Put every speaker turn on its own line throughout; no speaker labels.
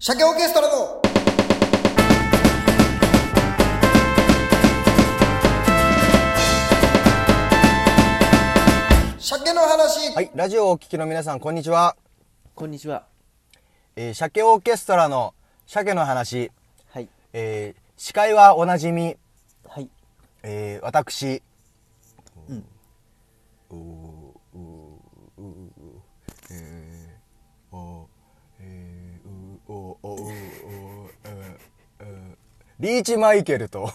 鮭オーケストラの鮭の話
はい、ラジオをお聞きの皆さん、こんにちは。
こんにちは。
えー、鮭オーケストラの鮭の話、
はい。
えー、司会はおなじみ、
はい。
えー、私、リーチマイケルと、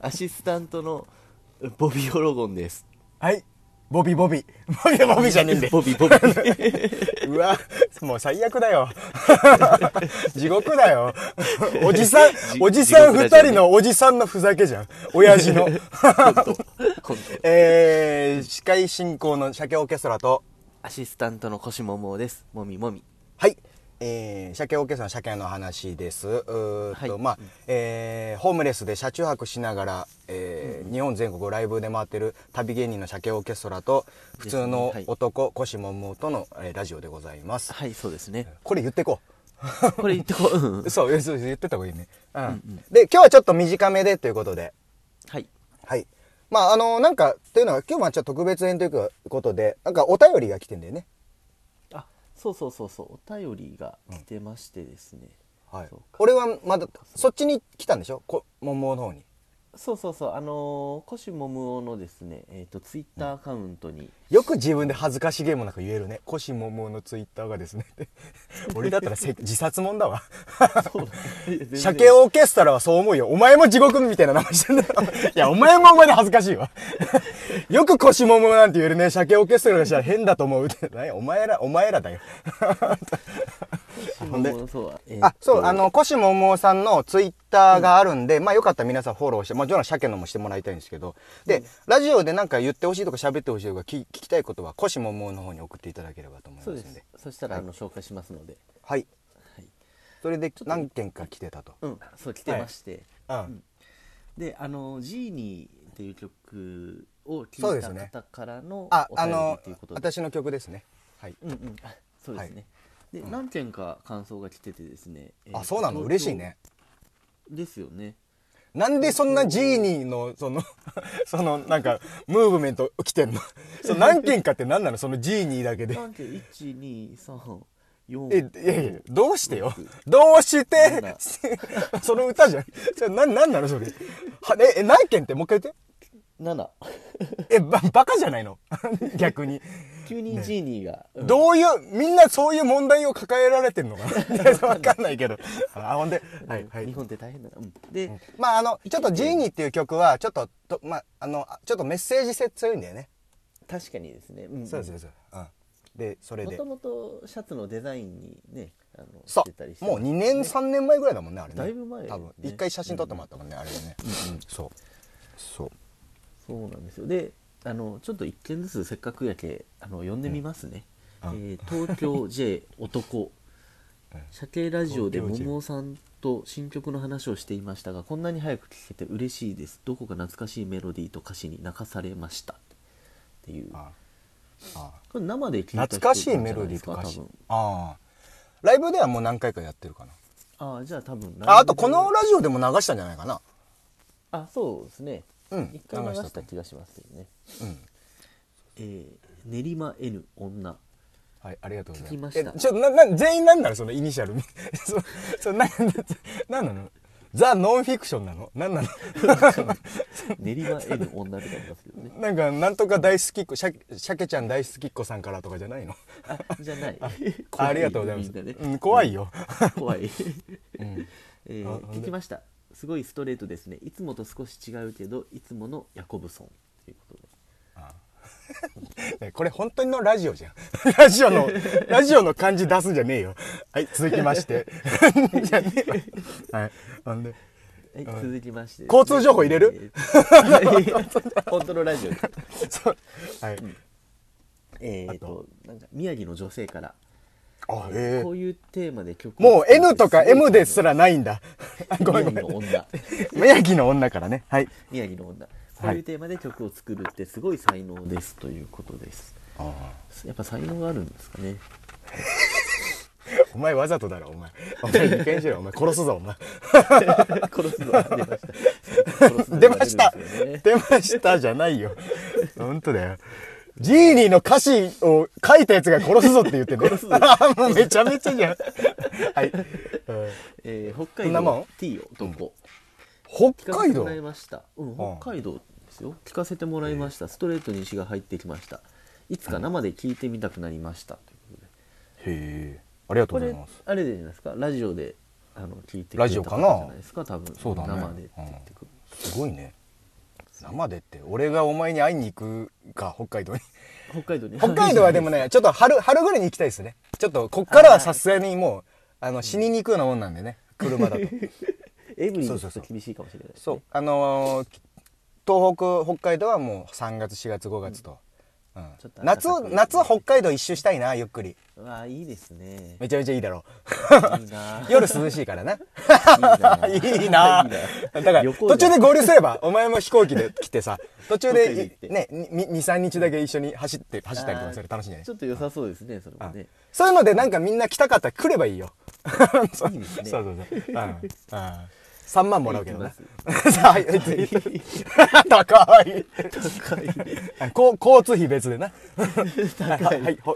アシスタントのボビオロゴンです。
はい、ボビボビ。ボビボビじゃねえんで。
ボビボビ。
うわ、もう最悪だよ。 地獄だ よ。おじさん、おじさん二人のおじさんのふざけじゃん。親父 の。
コント。
えー、司会進行の鮭オーケストラと、
アシスタントの腰ももです。もみもみ。
はい、えー、鮭オーケストラの鮭の話です。うーっと、
はい
まあ、えーホームレスで車中泊しながら、えー日本全国をライブで回ってる旅芸人の鮭オーケストラと、普通の
ですねはい
男、コシモンモとの、えーラジオでございます。
はい、そうですね。
これ言ってこ
これ言ってこう。うん
う。そう、えそう言ってた方がいいね。うん。で、今日はちょっと短めでということで、
はい。
はい。まあ、あの、なんか、というのは、今日はちょっと特別編ということで、なんかお便りが来てんだよね。
あ、そうそうそうそう。お便りが来てましてですね。
はい
そう、か
俺はまだそっちに来たんでしょこ桃の方に
そうそうそう。あのー、コシモムオのですね、えっ、と、ツイッターアカウントに、
よく自分で恥ずかしげもなく言えるね「腰桃のツイッターがですね」って俺だったらせ自殺もんだわ
そう
鮭オーケストラはそう思うよお前も地獄みたいな名前してんだよ いやお前もお前で恥ずかしいわ よく腰桃なんて言えるね鮭オーケストラがしたら変だと思うって何やお前らお前らだ よ
ほんで、そう、えーと
あそうあ、の腰桃さんのツイッターがあるんで、まあよかったら皆さんフォローしてもちろん鮭のもしてもらいたいんですけどで、ラジオでなんか言ってほしいとか喋ってほしいとか聞聞きたいことは腰桃の方に送っていただければと思います
そ
ん
う
で
です。そしたら、あの、紹介しますので。
はい
はい。
それで何件か来てたと
うん、そう、来てまして。
うん、
であの「ジーニー」っていう曲を
そう
聴い
です
た
ね
方からの
あ
お
あ
便り
の
っていうことで
私の曲ですねはい
うんうんあそうですね、で、何件か感想が来ててですね、えー
あそうなの
東京
嬉しいね
ですよね
なんでそんなジーニーのその そのなんかムーブメント来てんの その何件かって何なのそのジーニーだけで
何件
え
1234
いやいやどうしてよどうして
なんだ
その歌じゃんそれななんなのそれはええ何件ってもう一回言って
7
えばバカじゃないの 逆に
急にジーニーが、うん
どういうみんなそういう問題を抱えられてんのかな わかんないけどあほんではいはい
日本って大変だな、うん、で、
まああのちょっと「ジーニー」っていう曲はちょっととまああのちょっとメッセージ性強いんだよね
確かにですね、うん、
そうですそうですうんでそれ
も
で
ともとシャツのデザインにねあの
そ
してたり
う
して
もう2年3年前ぐらいだもんねあれね
だいぶ前
多分
ね
一回写真撮ってもらったもんねあれでねそうそう
そうなんですよであのちょっと一件ずつせっかくやけあの呼んでみますね、
うんあ
えー東京 J 男鮭ラジオで
東京 J
桃さんと新曲の話をしていましたがこんなに早く聴けて嬉しいですどこか懐かしいメロディーと歌詞に泣かされましたっていう
ああ
これ生で聴いた人
懐かしいメロディーとか
なん
し
じゃないです
ああライブではもう何回かやってるかな
多分ああじゃあ多分
ああとこの
ライ
ラジオでも流したんじゃないかな
ブであそうですね
うん
一回流
流し
したた
と
気がしますよね、
うん
えー練馬 N 女
はい、ありがとうございます。
聞きました
えちょっとな、な、全員なんなのそのイニシャル。 そ、そ、な、な、なんなのザ・ノンフィクションなのなんなの
練馬 N 女って書いてますけどね
なんか、なんとか大好きっ子、しゃ、しゃけちゃん大好きっ子さんからとかじゃないの
あじゃない。
ありがとうございます。
みんなね
うん、怖い。よ。
怖い。 えー
あなんで
聞きました。すごいストレートですね。いつもと少し違うけど、いつものヤコブソンということで。
ねこれ本当のラジオじゃん。 ラジオの、ラジオの感じ出すんじゃねえよ。はい、続きまして。 じゃねえよはい。なんで。
はい、続きまして、
交通情報入れる
えー 本当のラジ オです。
そう。はい。
えーと、なんか宮城の女性から、
あ、え
こ
え。
ういうテーマで曲を
もう N とか
作る
M ですらないんだ。 あごめ
宮
んご
城
めん
の女。
宮城の女からね。はい。
宮城の女。こういうテーマで曲を作るってすごい才能ですということです。やっぱ才能があるんですかね。
お前わざとだろお 前お前受験しろお前殺すぞお前
殺すぞ出ました殺すぞ
出ました
出るんですよね
出ましたじゃないよ本当だよジーニーの歌詞を書いたやつが殺すぞって言って ねもうめちゃめちゃじゃんはい、うん
えー北
そ
海
んなもん
道 T 男、聞
北
かせ
海
て
道
もらいました、うん、北海道ですよ聞かせてもらいましたストレートに詩が入ってきましたいつか生で聞いてみたくなりました、ということで
へえありがと
こ
うござい
れ
ます
あれじゃないですかラジオであの聞いてく
ラ
れ
ジ
た
オか
方
な
じゃないですか多分
そうだね
生でって言ってくる、
すごいね生でって俺がお前に会いに行くか北海道 に
北海道に
北海道はでもねちょっと春春ぐらいに行きたいですねちょっとこっからはさすがにもうあの死にに行くようなもんなんでね車だと
エブリンち
そ
ょ
う
っ
そ
と
うそう
厳しいかもしれないですね
そうあのー東北北海道はもう3月4月5月と、うん
ちょっと暖かく
夏を夏は北海道一周したいなゆっくり
うわあいいですね
めちゃめちゃいいだろ
いいなあ
う 夜涼しいからな
い
いいなだから
旅行
途中
じ
で
ゃん
合流すればお前も飛行機で来てさ途中
北海道行
で
って
ね23日だけ一緒に走って走ったりとかする楽しいんじゃない
ちょっと良さそうですねそれもね
そういうのでなんかみんな来たかったら来ればいいよ。そう
いいですね
そうそうそう。うん。うん3万もらうけど
い
ね
き。
さあ、はい高い。
高い
あこう交通費別でな。はいはい。ほ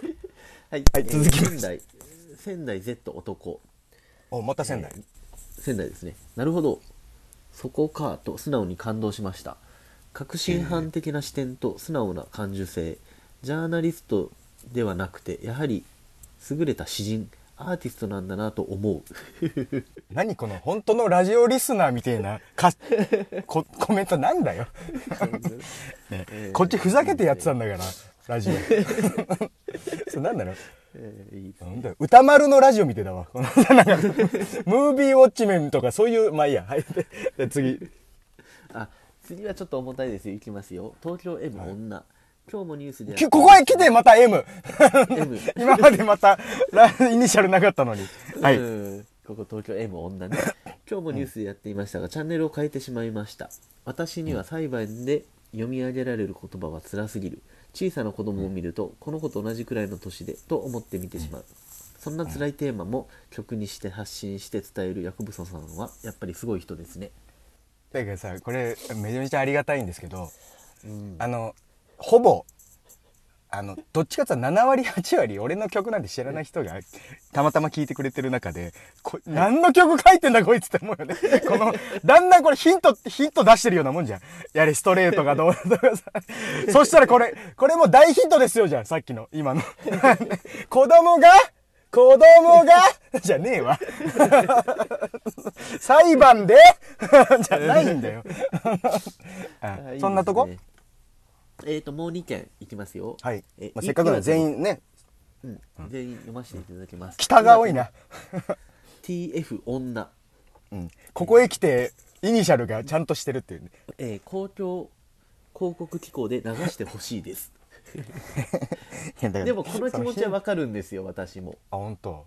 はい、
はい続きまして
仙台仙台 Z 男
お、また仙台。
仙台ですねなるほどそこかと素直に感動しました革新犯的な視点と素直な感受性ジャーナリストではなくてやはり優れた詩人アーティストなんだなと 思う
何この本当のラジオリスナーみたいなかこコメントなんだよ。ねこっちふざけてやってたんだから、ラ ジオ。それなんだろう
えーいいです
なんだよ歌丸のラジオ見てたわ。このなんかムービーウォッチメンとかそういう、まあいいや。はい。でで次。
あ次はちょっと重たいですよいきますよ東京 M 女、今日もニュースで
きここへ来てまた M!
M
今までまたラ イニシャルなかったのに。はい。
うんここ東京 M 女 ね今日もニュースでやっていましたが、チャンネルを変えてしまいました私には裁判で読み上げられる言葉は辛すぎる小さな子供を見ると、この子と同じくらいの年でと思って見てしまう、そんな辛いテーマも曲にして発信して伝えるヤクブソさんはやっぱりすごい人ですね
だからさ、これめちゃめちゃありがたいんですけど、あの、ほぼ、あの、どっちかっていうと7割8割俺の曲なんて知らない人がたまたま聴いてくれてる中で、こ何の曲書いてんだこいつって思うよね。この、 だんだんこれヒント、ヒント出してるようなもんじゃん。やれ、ストレートがどうとかさ。そしたらこれ、これも大ヒントですよじゃん、さっきの、今の。 子供が子供がじゃねえわ。 裁判で じゃないんだよ。
あいいです
う
ね
んそんなとこ
えーともう2件いきますよ
はい
え。
まあ、せっかくなんで全員ね、
うん、全員読ませていただきます
北が多いな。
TF 女
うん。ここへ来て、イニシャルがちゃんとしてるっていうね。
えー公共広告機構で流してほしいです でもこの気持ちはわかるんですよ私も
あ、本当。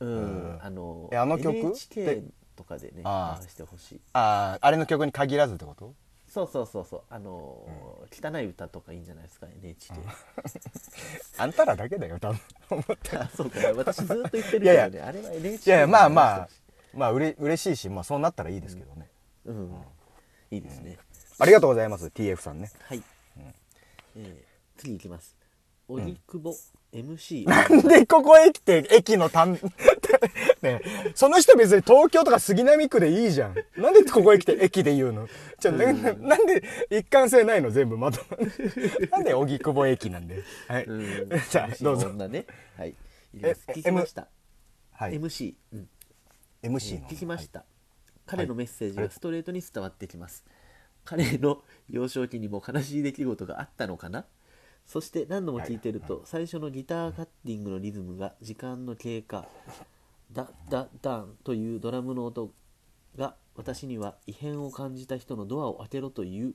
うん、
うん
あの
えあの曲
NHK とかでね
ああ
流してほしい
ああ、あれの曲に限らずってこと
そうそうそうそうあのー、汚い歌とかいいんじゃないですか NHK、
あんたらだけだよ、多 分。
あ そうか私ずっと言ってるけどね
いやい
あれは NHK
いやいや、まあ
で
ま
流
あ
して、
まあ、うれ嬉しいし、まあそうなったらいいですけどね。
ほしいうん、いいですね、
ありがとうございます、TF さんね。
はい、えー次いきます荻窪 MC
なんでここへ来て駅のたん、 ねえその人別に東京とか杉並区でいいじゃん。なんでここへ来て駅で言うのちょ、ななんで一貫性ないの全部まとまる なんで荻窪駅なんで。はい。
うん
じゃあ、どうぞ。
女ねはいいきます
え
聞きました
はい。
MC、うん、
MC の。。
聞きましたた、彼のメッセージがストレートに伝わってきます、彼の幼少期にも悲しい出来事があったのかなそして何度も聞いてると最初のギターカッティングのリズムが時間の経過ダッダッダンというドラムの音が私には異変を感じた人のドアを開けろという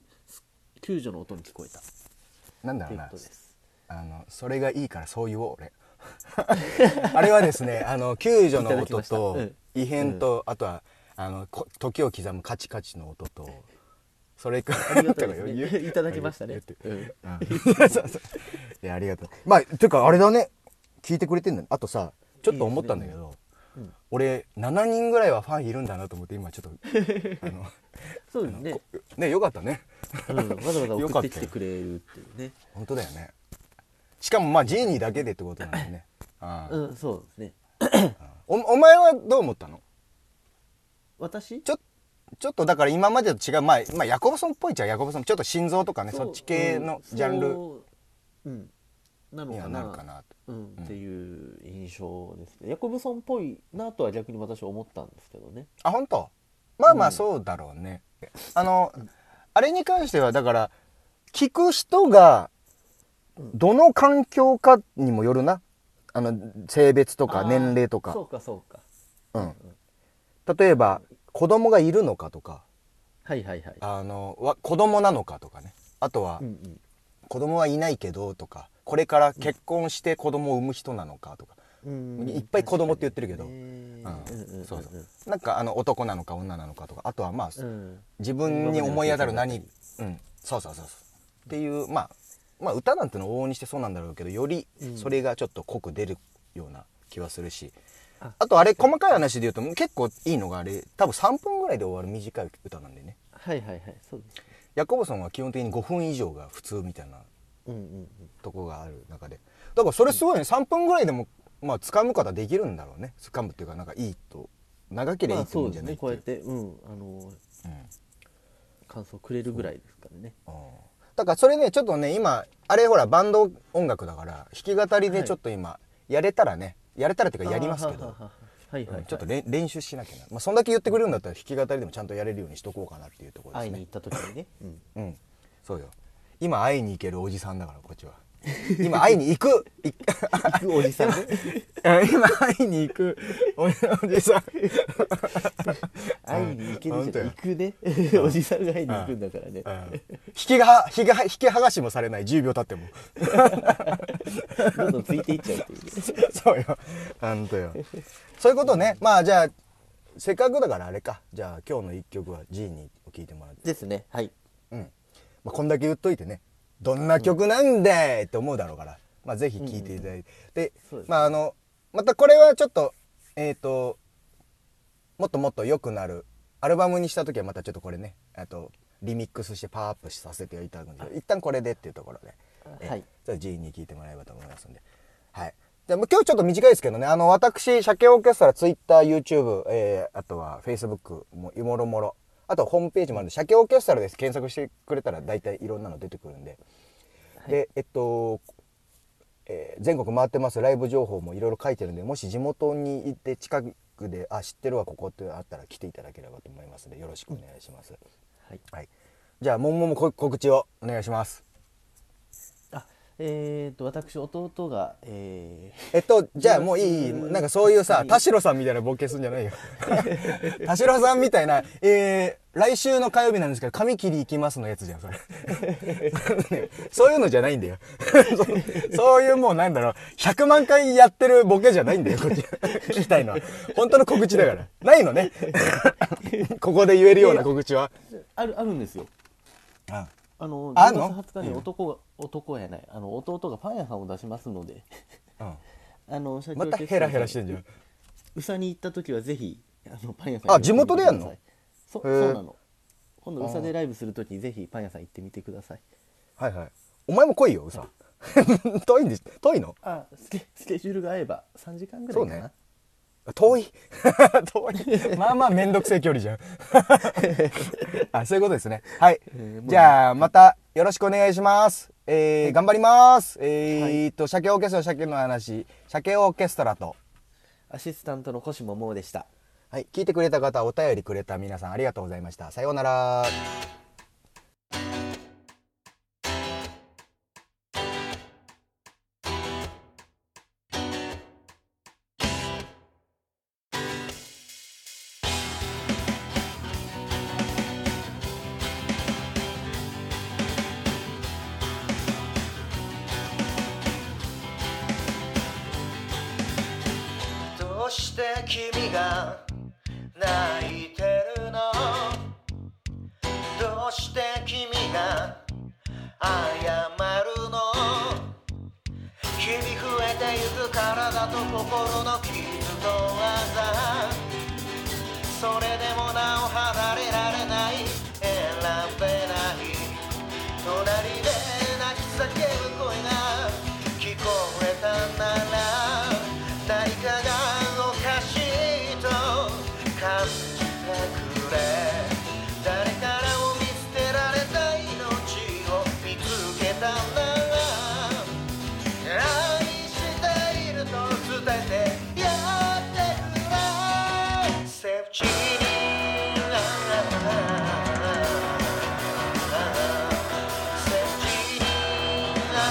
救助の音に聞こえた
なんだ
と
ろ
いうう
な
ことで。す
あの、それがいいからそう言おう、俺。 あれはですね、あの、救助の
いただき
音
ました
と
うん、
異変と、あとは、あの、こ時を刻むカチカチの音と、それから、
ありがとうございま
と
す
か言
ね
う
いただきました
言っ
ね
て、
うん
そうそういやありがとうまあていうかあれだね聞いてくれてんだねあとさちょっと思ったんだけど俺7人ぐらいはファンいるんだなと思って今ちょっ とあの
そうですね、
ねよかったね
うん、わざわざ
よ
送
か
っ
った
て
よ
きてくれるっていうね
本当だよねしかもまあジーニーだけでってことなんで ねああ
うんそうですね
おお前はどう思ったの
私
ちょちょっとだから今までと違う、まあ、まあヤコブソンっぽいっちゃヤコブソンちょっと心臓とかねそうっち系のジャンル
ルうんなの
には
か
な
な
るかなと
うん、っていう印象ですねヤコブソンっぽいなとは逆に私は思ったんですけどね
あ本当まあまあそうだろうね、あのあれに関してはだから聞く人がどの環境かにもよるなあの性別と
あ
か
ー
年齢と
そ
か
うかそうか
うん、例えば子供がいるのかとか
はいはいはい
あのわ子供なのかとかねあとは
うんうん
子供はいないけどとかこれから結婚して子供を産む人なのかとか、
うんうん
いっぱい子供って言ってるけど、
確かにね
うん
うんうん
そうそうなんかあの男なのか女なのかとかあとはまあ、
うん
自分に思い当たる何、うん、そうそうそうそうっていうまあまあ歌なんてのは往々にしてそうなんだろうけどよりそれがちょっと濃く出るような気はするし、
あ
あとあれ細かい話で言うと結構いいのがあれ多分3分ぐらいで終わる短い歌なんでね
はいはいはいそうですね
ヤコブソンは基本的に5分以上が普通みたいな
うんうん
とこがある中でだからそれすごいね、3分ぐらいでもまあ掴む方できるんだろうね掴むっていうかなんかいいと長け
うん
ればい
まあ
いとい
そ
うん
う
じ
で
ゃない
すね
って
こ
いう
うやってうんあの
うん
感想くれるぐらいですからね
だからそれねちょっとね今あれほらバンド音楽だから弾き語りでちょっと今やれたらねやれたらっていうかやりますけ
あ
ど
ははははいはいは
う
い
んちょっとれん練習しなきゃな、まあ、そんだけ言ってくれるんだったら弾き語りでもちゃんとやれるようにしとこうかなっていうところです
会い
ね
に行った時にねうん
うん そうよ今会いに行けるおじさんだからこっちは今会いに行くい
行くおじさんね
今会いに行くおおじさん
会いに行けるじゃん
うん
行くねおじさんが会いに行くんだからね
うん引きが引きが引き剥がしもされない10秒経っても
どんどんついていっちゃうという
そうよほんとよそういうことねまあじゃあせっかくだからあれかじゃあ今日の一曲は G に聴いてもらって、
ですねはい
うんまあ、こんだけ言っといてねどんな曲なんだいって思うだろうから、まあ、ぜひ聴いていただいて、で
そうですね
まああのまたこれはちょっとえっ、ともっともっと良くなるアルバムにした時はまたちょっとこれねあとリミックスしてパワーアップさせていただくんですけど一旦これでっていうところで、え
はい
じゃあ G に聞いてもらえればと思いますんではいじゃあもう今日ちょっと短いですけどねあの私鮭オーケストラ TwitterYouTube、えーあとは Facebook ももろもろあとホームページもあるんで鮭オーケストラです検索してくれたら大体いろんなの出てくるんで、でえっとえー全国回ってますライブ情報もいろいろ書いてるんでもし地元に行って近くであ知ってるわここってあったら来ていただければと思いますのでよろしくお願いします、
はい
はい、じゃあもんもんもこ告知をお願いします
あえー、と私弟が、えー
えっとじゃあもういい
うん
なんかそういうさ
いい
田代さんみたいなボケすんじゃないよ 田代さんみたいなえー、来週の火曜日なんですけど髪切り行きますのやつじゃんそれ そういうのじゃないんだよ そそういうもうなんだろう100万回やってるボケじゃないんだよこっち聞きたいのは本当の告知だからないのね ここで言えるような告知は、
あるあるんですよ
あ
あの
あ
10
んの
月20日に男が、男やないあの弟がパン屋さんを出しますので
うん、
あの社
またヘラヘラしてんじゃん
うさに行った時はぜひあのパン屋さん
あ
に寄ってみて
地元でやんの
くださいそ
へ
そ
ー
うなの今度うさでライブする時にぜひパン屋さん行ってみてください
はいはいお前も来いようさ 遠いんです遠いの
あスケスケジュールが合えば3時間ぐらいか
そう
な
ね遠い 遠いまあまあ面倒くせえ距離じゃん あそういうことですねはい、
えー
じゃあまたよろしくお願いしますえー頑張りますえーっと鮭オーケストラ鮭の話鮭オーケストラと
アシスタントのコシモモでした
はい聞いてくれた方お便りくれた皆さんありがとうございましたさようなら
どうして君が泣いてるのどうして君が謝るの日々増えてゆく体と心の傷とあざそれでもなお離れられない選べない隣で泣き叫ぶ声が聞こえたなら何かがおかしいと感じてくれ誰からも見捨てられた命を見つけたなら愛していると伝えてやってくれセフチにセフチに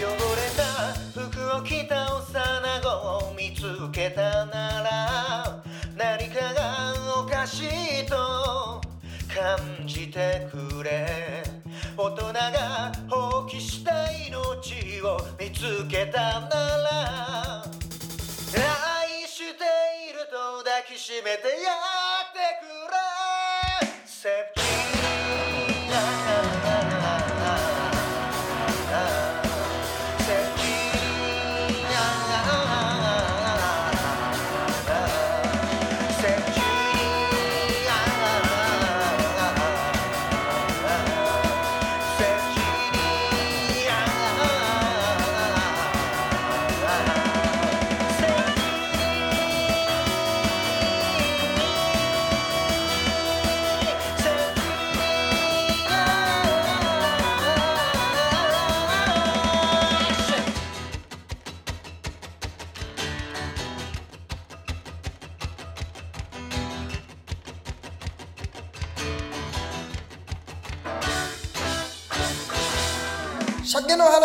汚れた服を着た幼子を見つけたなら何かがおかしいと感じてくれ大人が放棄した命を見つけたなら愛していると抱きしめてやってくれセプチ
鮭の話